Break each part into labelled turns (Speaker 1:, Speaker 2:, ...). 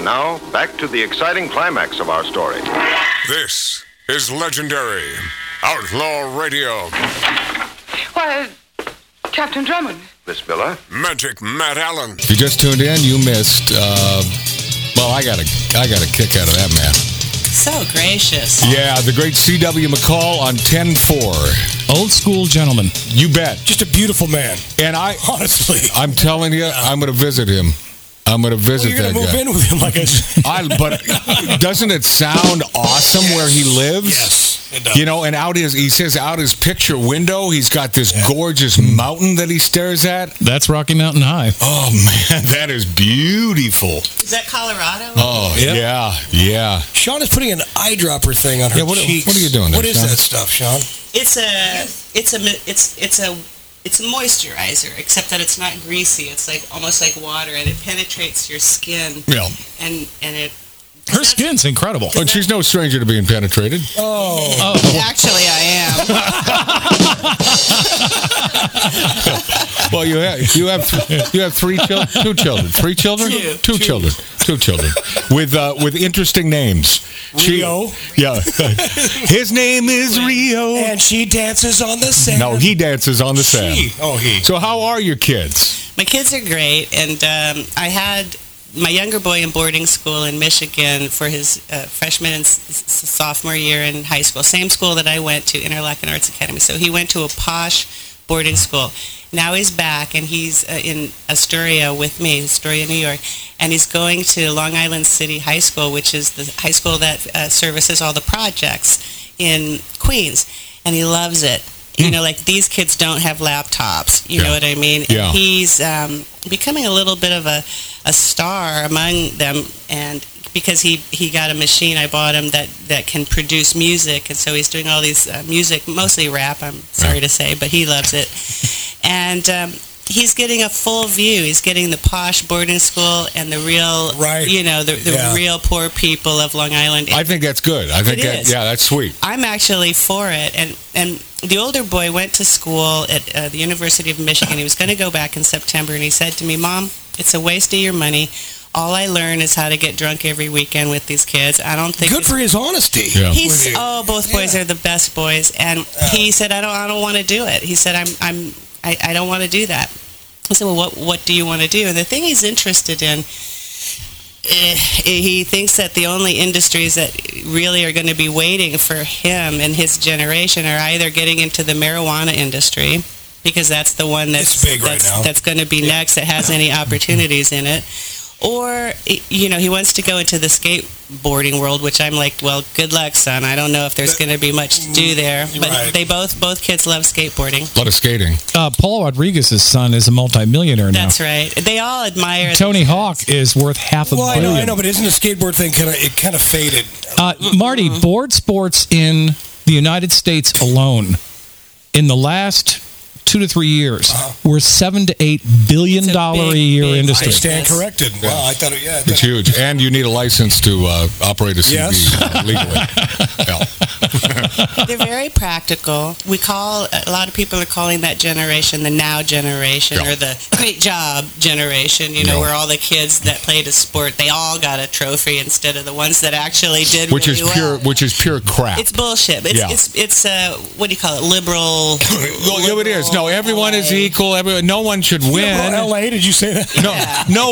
Speaker 1: now, back to the exciting climax of our story.
Speaker 2: This is legendary Outlaw Radio.
Speaker 3: Why, uh, Captain Drummond.
Speaker 1: Miss Miller?
Speaker 2: Magic Matt Allen.
Speaker 4: If you just tuned in, you missed. Uh, well, I got a I got a kick out of that man.
Speaker 5: So gracious.
Speaker 4: Yeah, the great C.W. McCall on 10-4.
Speaker 6: Old school gentleman.
Speaker 4: You bet.
Speaker 7: Just a beautiful man,
Speaker 4: And I,
Speaker 7: honestly.
Speaker 4: I'm telling you, I'm going to visit him. I'm going to
Speaker 7: Well,
Speaker 4: visit
Speaker 7: you're
Speaker 4: that
Speaker 7: gonna move
Speaker 4: guy.
Speaker 7: in with him, like I said.
Speaker 4: I, but doesn't it sound awesome where he lives?
Speaker 7: Yes, it does.
Speaker 4: You know, and out his he says out his picture window, he's got this gorgeous mountain that he stares at.
Speaker 6: That's Rocky Mountain High.
Speaker 4: Hmm. Oh man, that is beautiful.
Speaker 5: Is that Colorado?
Speaker 4: Oh yeah, yeah.
Speaker 7: Sean is putting an eyedropper thing on her
Speaker 4: Yeah, what-
Speaker 7: cheeks.
Speaker 4: what are you doing there,
Speaker 7: What is
Speaker 4: Sean?
Speaker 7: that stuff, Sean?
Speaker 5: It's a it's a mi- it's it's a it's a moisturizer, except that it's not greasy. It's like almost like water, and it penetrates your skin,
Speaker 4: Yeah.
Speaker 5: and and it.
Speaker 6: Her skin's incredible.
Speaker 4: But she's no stranger to being penetrated.
Speaker 5: Actually, I am.
Speaker 4: Well, you have you have you have three children, two children, three children,
Speaker 5: Two.
Speaker 4: two children, two children, with uh, with interesting names.
Speaker 7: Rio.
Speaker 4: yeah. His name is Rio.
Speaker 7: And she dances on the sand.
Speaker 4: No, he dances on the
Speaker 7: She.
Speaker 4: sand.
Speaker 7: Oh, he.
Speaker 4: So how are your kids?
Speaker 5: my kids are great, and um, I had my younger boy in boarding school in Michigan for his uh, freshman and s- s- sophomore year in high school. Same school that I went to, Interlaken Arts Academy. So he went to a posh boarding school. Now he's back, and he's uh, in Astoria with me, Astoria, New York, and he's going to Long Island City High School, which is the high school that uh, services all the projects in Queens, and he loves it. You know, like these kids don't have laptops. You
Speaker 4: Yeah.
Speaker 5: know what I mean? And
Speaker 4: Yeah.
Speaker 5: he's um, becoming a little bit of a, a star among them, and because he, he got a machine I bought him that, that can produce music, and so he's doing all these uh, music, mostly rap. I'm sorry to say, but he loves it, and um, he's getting a full view. He's getting the posh boarding school and the real,
Speaker 7: Right.
Speaker 5: you know, the, the
Speaker 7: Yeah.
Speaker 5: real poor people of Long Island.
Speaker 4: I think that's good. I think
Speaker 5: It
Speaker 4: that
Speaker 5: is.
Speaker 4: yeah, that's sweet.
Speaker 5: I'm actually for it. And and the older boy went to school at uh, the University of Michigan. He was going to go back in September, and he said to me, "Mom, it's a waste of your money. All I learn is how to get drunk every weekend with these kids. I don't think
Speaker 7: Good
Speaker 5: it's
Speaker 7: for his honesty.
Speaker 4: Yeah.
Speaker 5: He's
Speaker 7: With you.
Speaker 5: oh, both boys are the best boys, and he said, "I don't, I don't want to do it." He said, "I'm, I'm, I, I don't want to do that." I said, "Well, what, what do you want to do?" And the thing he's interested in, eh, he thinks that the only industries that really are going to be waiting for him and his generation are either getting into the marijuana industry. Because that's the one that's
Speaker 7: It's big right
Speaker 5: that's,
Speaker 7: now.
Speaker 5: that's going to be next that has any opportunities in it, or eh, you know he wants to go into the skate boarding world, which I'm like, well, good luck, son. I don't know if there's going to be much to do there, but
Speaker 7: Right.
Speaker 5: they both both kids love skateboarding.
Speaker 4: A lot of skating.
Speaker 6: Uh, Paul Rodriguez's son is a multimillionaire now.
Speaker 5: That's right. They all admire.
Speaker 6: Tony Hawk is worth half a
Speaker 7: Well, I
Speaker 6: billion.
Speaker 7: know, I know, but isn't the skateboard thing kind of it kind of faded?
Speaker 6: Uh, Marty, board sports in the United States alone in the last two to three years
Speaker 7: Uh-huh.
Speaker 6: were seven to eight billion
Speaker 5: It's a
Speaker 6: dollar a
Speaker 5: big,
Speaker 6: year
Speaker 5: big-
Speaker 7: I
Speaker 6: industry.
Speaker 7: stand
Speaker 5: Yes.
Speaker 7: corrected. Wow, I thought it. Yeah, I
Speaker 4: It's
Speaker 7: thought,
Speaker 4: huge, and you need a license to uh, operate a CD
Speaker 7: Yes.
Speaker 4: uh, legally. Yeah.
Speaker 5: They're very practical. We call a lot of people are calling that generation the now generation
Speaker 4: Yeah.
Speaker 5: or the great job generation. You know,
Speaker 4: Yeah.
Speaker 5: where all the kids that played a sport they all got a trophy instead of the ones that actually did.
Speaker 4: Which
Speaker 5: really
Speaker 4: is pure,
Speaker 5: well.
Speaker 4: which is pure crap.
Speaker 5: It's bullshit. It's
Speaker 4: Yeah.
Speaker 5: it's it's uh, what do you call it? Liberal.
Speaker 4: Well, yeah, it is. No, everyone is equal. Everyone, no one should win.
Speaker 7: LA, did you say that?
Speaker 4: No,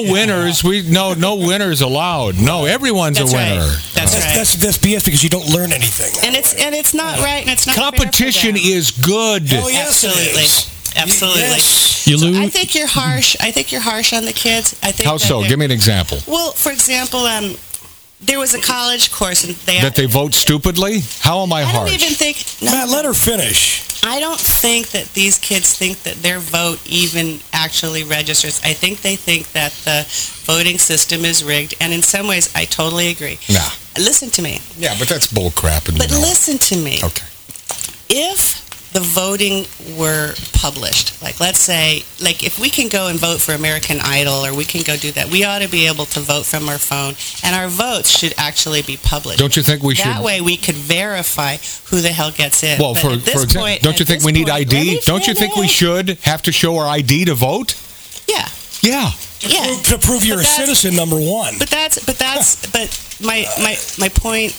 Speaker 4: no winners. We no, no winners allowed. No, everyone's
Speaker 5: That's
Speaker 4: a
Speaker 5: right.
Speaker 4: winner.
Speaker 5: That's right.
Speaker 7: That's that's BS because you don't learn anything.
Speaker 5: and it's and it's not right and it's not fair for
Speaker 4: Competition
Speaker 5: them.
Speaker 4: is good.
Speaker 5: Oh,
Speaker 7: Hell yeah. Oh, yes, it
Speaker 5: absolutely
Speaker 7: is.
Speaker 5: absolutely
Speaker 7: Yes.
Speaker 6: You lose.
Speaker 5: i think you're harsh i think you're harsh on the kids i think
Speaker 4: How
Speaker 5: that
Speaker 4: so?
Speaker 5: they're-
Speaker 4: Give me an example.
Speaker 5: well for example um there was a college course and they
Speaker 4: That they vote stupidly? How am I
Speaker 5: I don't
Speaker 4: harsh?
Speaker 5: even think
Speaker 7: Matt, let her finish.
Speaker 5: I don't think that these kids think that their vote even actually registers. I think they think that the voting system is rigged and in some ways I totally agree.
Speaker 4: Nah.
Speaker 5: Listen to me.
Speaker 4: Yeah, but that's bull crap. And
Speaker 5: But
Speaker 4: you know it.
Speaker 5: listen to me.
Speaker 4: Okay.
Speaker 5: if the voting were published, like let's say, like if we can go and vote for American Idol or we can go do that, we ought to be able to vote from our phone, and our votes should actually be published.
Speaker 4: Don't you think we should?
Speaker 5: that way we could verify who the hell gets in.
Speaker 4: Well,
Speaker 5: But
Speaker 4: for,
Speaker 5: at this
Speaker 4: for example,
Speaker 5: point-
Speaker 4: don't you
Speaker 5: at
Speaker 4: think
Speaker 5: this
Speaker 4: we need
Speaker 5: point- let
Speaker 4: ID?
Speaker 5: me
Speaker 4: Don't you think we
Speaker 5: finish.
Speaker 4: should have to show our ID to vote?
Speaker 5: Yeah,
Speaker 4: Yeah.
Speaker 5: yeah.
Speaker 7: Prove- To prove you're
Speaker 5: But
Speaker 7: a
Speaker 5: that's-
Speaker 7: citizen, number one.
Speaker 5: But that's but that's but my my my point.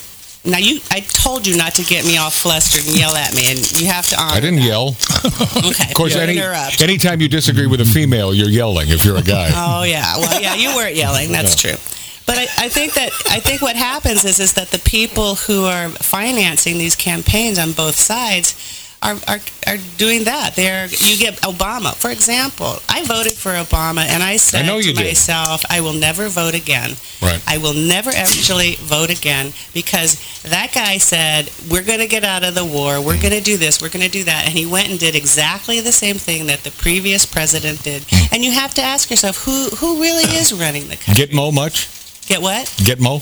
Speaker 5: Now you, I told you not to get me all flustered and yell at me, and you have to honor.
Speaker 4: I didn't
Speaker 5: that.
Speaker 4: yell.
Speaker 5: Okay,
Speaker 4: Of course,
Speaker 5: you
Speaker 4: any,
Speaker 5: interrupt.
Speaker 4: anytime you disagree with a female, you're yelling if you're a guy.
Speaker 5: Oh yeah, well yeah, you weren't yelling. That's true. But I, I think that I think what happens is is that the people who are financing these campaigns on both sides are are, are doing that. They're you get Obama, for example. I voted for Obama, and I said
Speaker 4: I know you
Speaker 5: to
Speaker 4: did.
Speaker 5: myself, I will never vote again.
Speaker 4: Right.
Speaker 5: I will never actually vote again because that guy said, we're going to get out of the war. We're going to do this. We're going to do that. And he went and did exactly the same thing that the previous president did. And you have to ask yourself, who, who really is running the country?
Speaker 4: Gitmo much?
Speaker 5: Get what?
Speaker 4: Gitmo?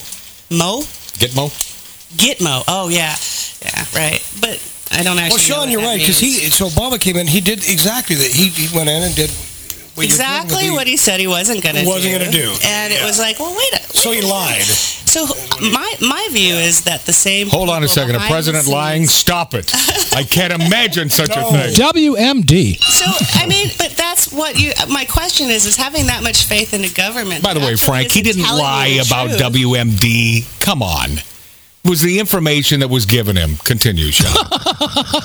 Speaker 5: Mo?
Speaker 4: Gitmo?
Speaker 5: Gitmo. Oh, yeah. Yeah, right. But I don't actually know
Speaker 7: Well, Sean,
Speaker 5: what
Speaker 7: you're
Speaker 5: that
Speaker 7: right because
Speaker 5: means.
Speaker 7: he. So Obama came in. He did exactly that. He, he went in and did what you're doing with
Speaker 5: Exactly
Speaker 7: the-
Speaker 5: what he said he wasn't going to do.
Speaker 7: Wasn't gonna do.
Speaker 5: And it
Speaker 7: Yeah.
Speaker 5: was like, well, wait a
Speaker 7: So he lied.
Speaker 5: So my my view is that the same.
Speaker 4: Hold on a
Speaker 5: people
Speaker 4: second. A
Speaker 5: behind the
Speaker 4: president
Speaker 5: scenes-
Speaker 4: lying? Stop it. I can't imagine such a thing.
Speaker 6: WMD.
Speaker 5: So I mean, but that's what you. My question is: is having that much faith in the government?
Speaker 4: By the
Speaker 5: that
Speaker 4: way,
Speaker 5: actually
Speaker 4: Frank, he
Speaker 5: isn't
Speaker 4: didn't
Speaker 5: telling
Speaker 4: lie
Speaker 5: you the
Speaker 4: about
Speaker 5: truth.
Speaker 4: WMD. Come on. It was the information that was given him. Continue, Sean.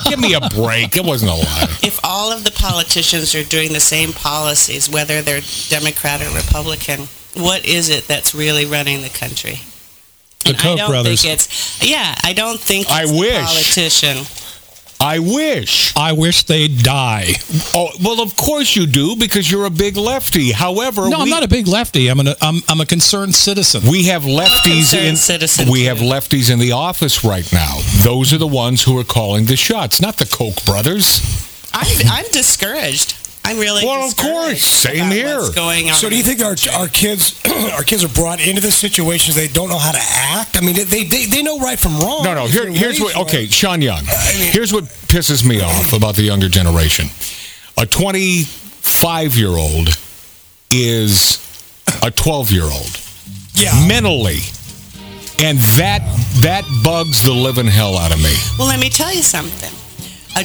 Speaker 4: Give me a break. It wasn't a lie.
Speaker 5: If all of the politicians are doing the same policies, whether they're Democrat or Republican, what is it that's really running the country?
Speaker 6: The
Speaker 5: And I
Speaker 6: Koch
Speaker 5: don't
Speaker 6: brothers.
Speaker 5: think it's. Yeah, I don't think. It's
Speaker 4: I
Speaker 5: the
Speaker 4: wish.
Speaker 5: politician.
Speaker 4: I wish.
Speaker 6: I wish they'd die.
Speaker 4: Oh, well, of course you do because you're a big lefty. However,
Speaker 6: no,
Speaker 4: we,
Speaker 6: I'm not a big lefty. I'm an I'm, I'm a concerned citizen.
Speaker 4: we have lefties
Speaker 5: Concerned
Speaker 4: in
Speaker 5: citizen,
Speaker 4: we
Speaker 5: too.
Speaker 4: have lefties in the office right now. Those are the ones who are calling the shots, not the Koch brothers.
Speaker 5: I'm, I'm discouraged. I'm really.
Speaker 4: Well, of course.
Speaker 5: discouraged
Speaker 4: Same
Speaker 5: about
Speaker 4: here.
Speaker 5: What's going on?
Speaker 7: So do you think our our kids our kids are brought into the situations they don't know how to act? I mean, they they, they know right from wrong.
Speaker 4: No, no. Here,
Speaker 7: They're
Speaker 4: here's what.
Speaker 7: raised right.
Speaker 4: Okay, Sean Young. Here's what pisses me off about the younger generation. A 25 year old is a 12 year old
Speaker 7: Yeah.
Speaker 4: mentally, and that that bugs the living hell out of me.
Speaker 5: Well, let me tell you something. Uh,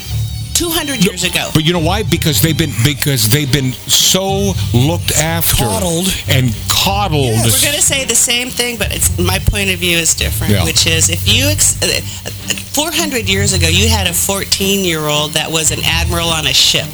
Speaker 5: 200 years ago,
Speaker 4: But you know why? Because they've been because they've been so looked after
Speaker 7: Coddled.
Speaker 4: and coddled.
Speaker 5: we're going to say the same thing, but it's, my point of view is different,
Speaker 4: Yeah.
Speaker 5: which is if you, ex- uh, uh, 400 years ago, you had a 14 year old that was an admiral on a ship.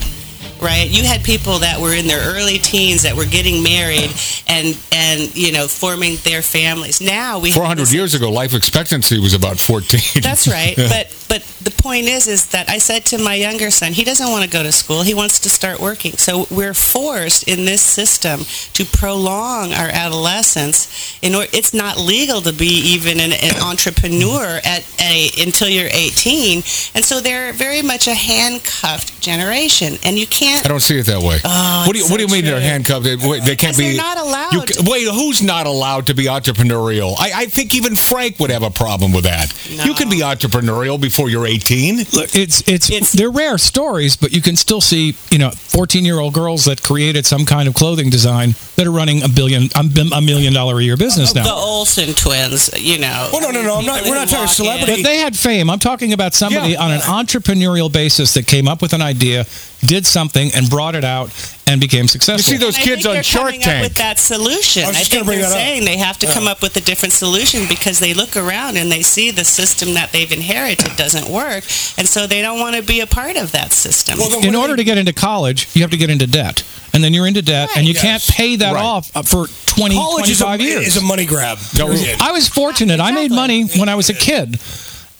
Speaker 5: Right, you had people that were in their early teens that were getting married and and you know forming their families. Now we have
Speaker 4: 400
Speaker 5: this-
Speaker 4: years ago, life expectancy was about 14.
Speaker 5: That's right.
Speaker 4: Yeah.
Speaker 5: But but the point is is that I said to my younger son, he doesn't want to go to school. He wants to start working. So we're forced in this system to prolong our adolescence. In or, it's not legal to be even an, an entrepreneur at a until you're 18. And so they're very much a handcuffed generation, and you can't.
Speaker 4: I don't see it that way. what do you
Speaker 5: Oh, it's
Speaker 4: What do you
Speaker 5: so
Speaker 4: mean they're
Speaker 5: true.
Speaker 4: handcuffed? They, wait, they can't
Speaker 5: Because they're
Speaker 4: be.
Speaker 5: not allowed.
Speaker 4: you ca- wait, who's not allowed to be entrepreneurial? I, I think even Frank would have a problem with that. You can be entrepreneurial before you're 18.
Speaker 6: Look, it's, it's
Speaker 5: It's-
Speaker 6: they're rare stories, but you can still see you know 14 year old girls that created some kind of clothing design that are running a billion a, bim- a million dollar a year business
Speaker 5: the
Speaker 6: now.
Speaker 5: Olsen twins, you know.
Speaker 7: Well, no, no, no, I'm not-
Speaker 5: People
Speaker 7: we're not
Speaker 5: who
Speaker 7: talking
Speaker 5: walk in.
Speaker 7: celebrity.
Speaker 6: But they had fame. I'm talking about somebody
Speaker 4: Yeah.
Speaker 6: on an entrepreneurial basis that came up with an idea, did something, and brought it out and became
Speaker 4: You
Speaker 6: successful.
Speaker 4: see those
Speaker 5: And I
Speaker 4: kids
Speaker 5: think
Speaker 4: on
Speaker 5: they're
Speaker 4: Shark
Speaker 5: coming Up
Speaker 4: Tank.
Speaker 5: with that solution.
Speaker 7: I
Speaker 5: I,
Speaker 7: was just
Speaker 5: think
Speaker 7: gonna bring
Speaker 5: they're
Speaker 7: that up.
Speaker 5: saying they have to come up with a different solution because they look around and they see the system that they've inherited doesn't work, and so they don't want to be a part of that system.
Speaker 7: Well, then
Speaker 6: in
Speaker 7: what
Speaker 6: order
Speaker 7: do
Speaker 6: to get into college, you have to get into debt, and then you're into debt, and you
Speaker 7: Right.
Speaker 6: can't pay that
Speaker 4: Right.
Speaker 6: off uh, for 20,
Speaker 7: they- college is a,
Speaker 6: 25 years.
Speaker 7: is a money grab. period.
Speaker 6: I was fortunate. I made
Speaker 5: Exactly.
Speaker 6: money when I was a kid,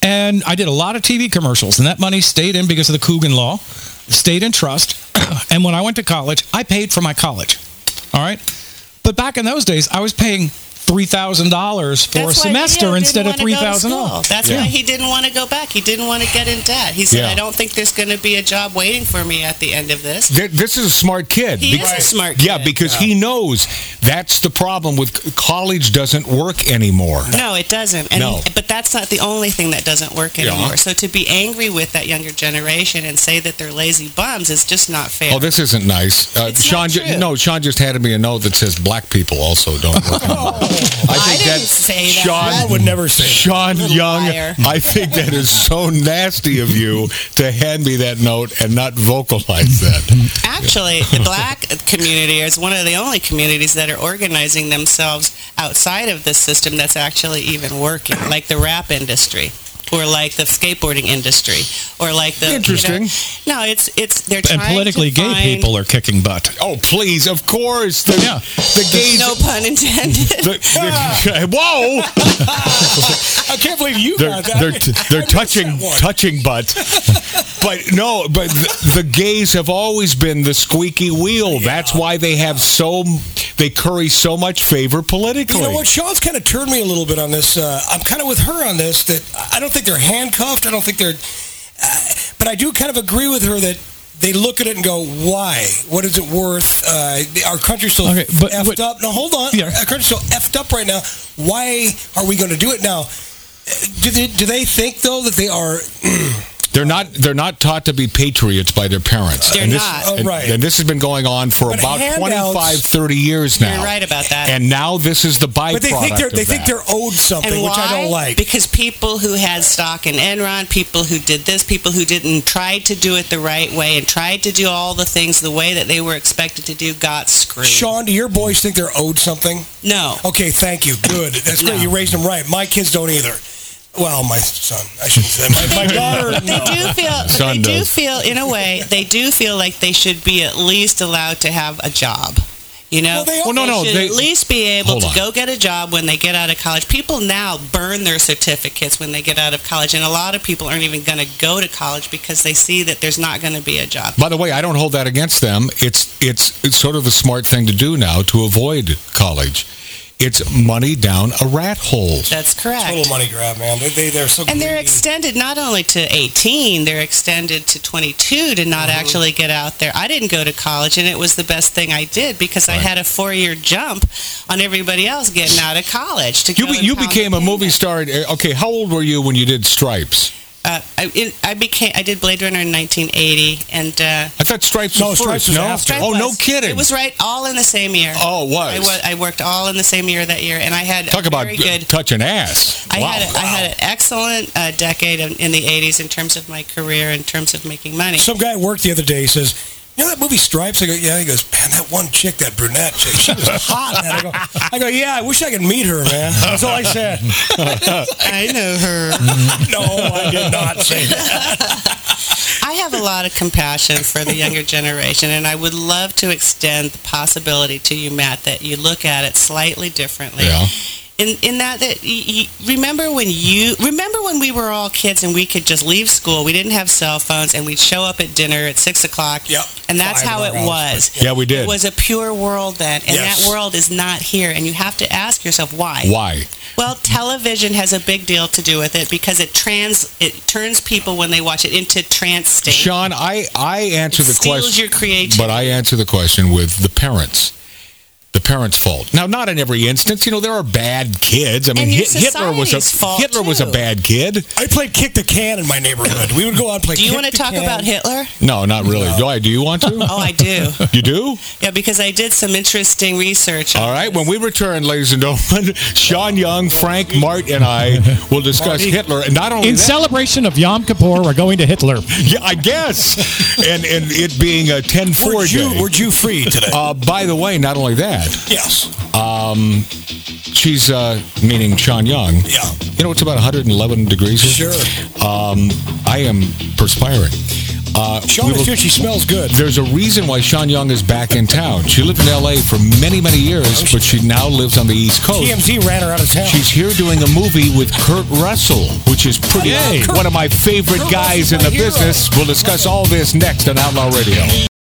Speaker 6: and I did a lot of TV commercials, and that money stayed in because of the Coogan Law, stayed in trust. and when I went to college, I paid for my college. All right, but back in those days, I was paying three thousand dollars for
Speaker 5: That's
Speaker 6: a
Speaker 5: why Leo
Speaker 6: semester
Speaker 5: didn't
Speaker 6: instead of
Speaker 5: wanna go
Speaker 6: three
Speaker 5: to
Speaker 6: thousand
Speaker 5: school.
Speaker 6: dollars.
Speaker 5: That's
Speaker 4: Yeah.
Speaker 5: why he didn't want to go back. He didn't want to get in debt. He said,
Speaker 4: Yeah.
Speaker 5: "I don't think there's going to be a job waiting for me at the end of this."
Speaker 4: Th- This is a smart kid.
Speaker 5: He is a smart
Speaker 4: Yeah,
Speaker 5: kid.
Speaker 4: because he knows that's the problem with c- college doesn't work anymore.
Speaker 5: No, it doesn't. And,
Speaker 4: No.
Speaker 5: But that's not the only thing that doesn't work
Speaker 4: Yeah.
Speaker 5: anymore. So to be angry with that younger generation and say that they're lazy bums is just not fair.
Speaker 4: Oh, this isn't nice. Uh,
Speaker 5: It's
Speaker 4: Sean,
Speaker 5: not
Speaker 4: ju-
Speaker 5: true.
Speaker 4: no, Sean just handed me a note that says black people also don't work. anymore."
Speaker 5: Oh. I didn't say that.
Speaker 7: That would never say that.
Speaker 4: Sean
Speaker 5: Little
Speaker 4: Young,
Speaker 5: liar.
Speaker 4: I think that is so nasty of you to hand me that note and not vocalize that.
Speaker 5: Actually, the black community is one of the only communities that are organizing themselves outside of this system that's actually even working, like the rap industry. Or like the skateboarding industry, or like the you know-
Speaker 4: Interesting.
Speaker 5: no, it's it's they're
Speaker 6: and
Speaker 5: trying
Speaker 6: politically
Speaker 5: to
Speaker 6: gay
Speaker 5: find-
Speaker 6: people are kicking butt.
Speaker 4: Oh, please, of course. The,
Speaker 6: Yeah.
Speaker 4: the gays.
Speaker 5: No pun intended.
Speaker 4: the- the- whoa!
Speaker 7: I can't believe you
Speaker 4: They're
Speaker 7: got that.
Speaker 4: they're,
Speaker 7: I-
Speaker 4: they're
Speaker 7: I missed
Speaker 4: touching
Speaker 7: that one.
Speaker 4: touching butts, but no, but the, the gays have always been the squeaky wheel. That's why they have so they curry so much favor politically.
Speaker 7: You know what? Sean's kind of turned me a little bit on this. Uh, I'm kind of with her on this. That I don't think they're handcuffed. I don't think they're. Uh, but I do kind of agree with her that they look at it and go, "Why? What is it worth? Uh, our country's so
Speaker 6: Okay, but
Speaker 7: effed
Speaker 6: what-
Speaker 7: up." Now hold on.
Speaker 6: Yeah.
Speaker 7: Our country's so effed up right now. Why are we going to do it now? Uh, Do they, do they think though that they are?
Speaker 4: They're not they're not taught to be patriots by their parents.
Speaker 5: They're
Speaker 4: and this,
Speaker 5: not.
Speaker 7: Oh,
Speaker 4: and-
Speaker 7: right.
Speaker 4: and this has been going on for
Speaker 7: But
Speaker 4: about
Speaker 7: handouts-
Speaker 4: 25, 30 years now.
Speaker 5: You're right about that.
Speaker 4: And now this is the byproduct.
Speaker 7: But they think they're
Speaker 4: of
Speaker 7: they think
Speaker 4: that.
Speaker 7: they're owed something,
Speaker 5: And
Speaker 7: which I
Speaker 5: why?
Speaker 7: don't like.
Speaker 5: Because people who had stock in Enron, people who did this, people who didn't try to do it the right way and tried to do all the things the way that they were expected to do got screwed.
Speaker 7: Sean, do your boys think they're owed something?
Speaker 5: No.
Speaker 7: Okay, thank you. Good. That's great.
Speaker 5: No.
Speaker 7: You raised them right. My kids don't either. Well, my son. I shouldn't say that. My, my daughter.
Speaker 5: But they do feel, but
Speaker 4: Son
Speaker 5: they do
Speaker 4: does.
Speaker 5: feel, in a way, they do feel like they should be at least allowed to have a job. You know,
Speaker 7: Well, they- Well,
Speaker 4: no, no,
Speaker 5: should
Speaker 4: they-
Speaker 5: at least be able
Speaker 4: Hold
Speaker 5: to
Speaker 4: on.
Speaker 5: go get a job when they get out of college. People now burn their certificates when they get out of college, and a lot of people aren't even going to go to college because they see that there's not going to be a job.
Speaker 4: By the way, I don't hold that against them. It's it's it's sort of a smart thing to do now to avoid college. It's money down a rat hole.
Speaker 5: That's correct.
Speaker 7: Total money grab, man. They, they, they're so
Speaker 5: And they're
Speaker 7: greedy.
Speaker 5: extended not only to 18, they're extended to 22 to not
Speaker 4: Uh-huh.
Speaker 5: actually get out there. I didn't go to college, and it was the best thing I did because I had a four year jump on everybody else getting out of college. To
Speaker 4: You
Speaker 5: go
Speaker 4: be,
Speaker 5: and
Speaker 4: you
Speaker 5: pound
Speaker 4: became
Speaker 5: the
Speaker 4: a movie
Speaker 5: pavement.
Speaker 4: star. at- Okay, how old were you when you did Stripes?
Speaker 5: Uh, I, in, I became. I did Blade Runner in 1980, and uh,
Speaker 4: I thought Stripes
Speaker 7: No,
Speaker 4: was
Speaker 7: Stripes
Speaker 4: first.
Speaker 7: was
Speaker 4: no,
Speaker 7: after.
Speaker 5: Stripe
Speaker 4: oh no,
Speaker 5: was-
Speaker 4: kidding.
Speaker 5: It was right all in the same year.
Speaker 4: oh, it was.
Speaker 5: I, wa- I worked all in the same year that year, and I had
Speaker 4: Talk
Speaker 5: a
Speaker 4: about
Speaker 5: very good.
Speaker 4: touching ass.
Speaker 5: I
Speaker 4: wow.
Speaker 5: had a, I had an excellent uh, decade in in the 80s in terms of my career, in terms of making money.
Speaker 7: Some guy at work the other day says, you know that movie Stripes? I go, yeah. He goes, man, that one chick, that brunette chick, she was hot. Man. I, go, I go, yeah, I wish I could meet her, man. That's all I said.
Speaker 5: I know her.
Speaker 7: no, I did not say that.
Speaker 5: I have a lot of compassion for the younger generation, and I would love to extend the possibility to you, Matt, that you look at it slightly differently.
Speaker 4: Yeah.
Speaker 5: In, in that that y y remember when you remember when we were all kids and we could just leave school we didn't have cell phones and we'd show up at dinner at six o'clock
Speaker 7: Yep.
Speaker 5: and that's
Speaker 7: Five
Speaker 5: how it
Speaker 7: hours.
Speaker 5: was
Speaker 4: Yeah, we did.
Speaker 5: it was a pure world then and
Speaker 7: Yes.
Speaker 5: that world is not here and you have to ask yourself why
Speaker 4: Why?
Speaker 5: well, television has a big deal to do with it because it trans it turns people when they watch it into trance state.
Speaker 4: Sean, I, I answer
Speaker 5: It
Speaker 4: the
Speaker 5: steals
Speaker 4: question.
Speaker 5: your creativity.
Speaker 4: But I answer the question with the parents. The parents' fault. Now, not in every instance. You know, there are bad kids. I mean,
Speaker 5: And your
Speaker 4: Hit- Hitler was a
Speaker 5: society's fault,
Speaker 4: Hitler was a
Speaker 5: too.
Speaker 4: bad kid.
Speaker 7: I played kick the can in my neighborhood. We would go out and play.
Speaker 5: do you
Speaker 7: kick
Speaker 5: want to
Speaker 7: the
Speaker 5: talk
Speaker 7: can.
Speaker 5: about Hitler?
Speaker 4: No, not really. Do I? Do you want to?
Speaker 5: Oh, I do.
Speaker 4: you do?
Speaker 5: yeah, because I did some interesting research. on
Speaker 4: All right. When
Speaker 5: this.
Speaker 4: we return, ladies and gentlemen, Sean Young, Frank Mart, and I will discuss Hitler. And not only
Speaker 8: In
Speaker 4: that,
Speaker 8: celebration of Yom Kippur, we're going to Hitler.
Speaker 4: yeah, I guess, and and it being a ten
Speaker 7: We're
Speaker 4: four
Speaker 7: Jew,
Speaker 4: day.
Speaker 7: we're Jew free today.
Speaker 4: Uh, by the way, not only that,
Speaker 7: yes.
Speaker 4: she's uh, meaning Sean Young.
Speaker 7: Yeah.
Speaker 4: You know, it's about 111 degrees here.
Speaker 7: Sure.
Speaker 4: Um, I am perspiring. Uh,
Speaker 7: Sean
Speaker 4: we
Speaker 7: is
Speaker 4: will-
Speaker 7: good. She smells good.
Speaker 4: there's a reason why Sean Young is back in town. She lived in L.A. for many, many years, but she now lives on the East Coast.
Speaker 7: TMZ ran her out of town.
Speaker 4: She's here doing a movie with Kurt Russell, which is pretty
Speaker 7: Yay.
Speaker 4: one of my favorite
Speaker 7: Oh, Kurt
Speaker 4: guys
Speaker 7: Russell's
Speaker 4: in the
Speaker 7: my hero.
Speaker 4: business. We'll discuss all this next on Outlaw Radio.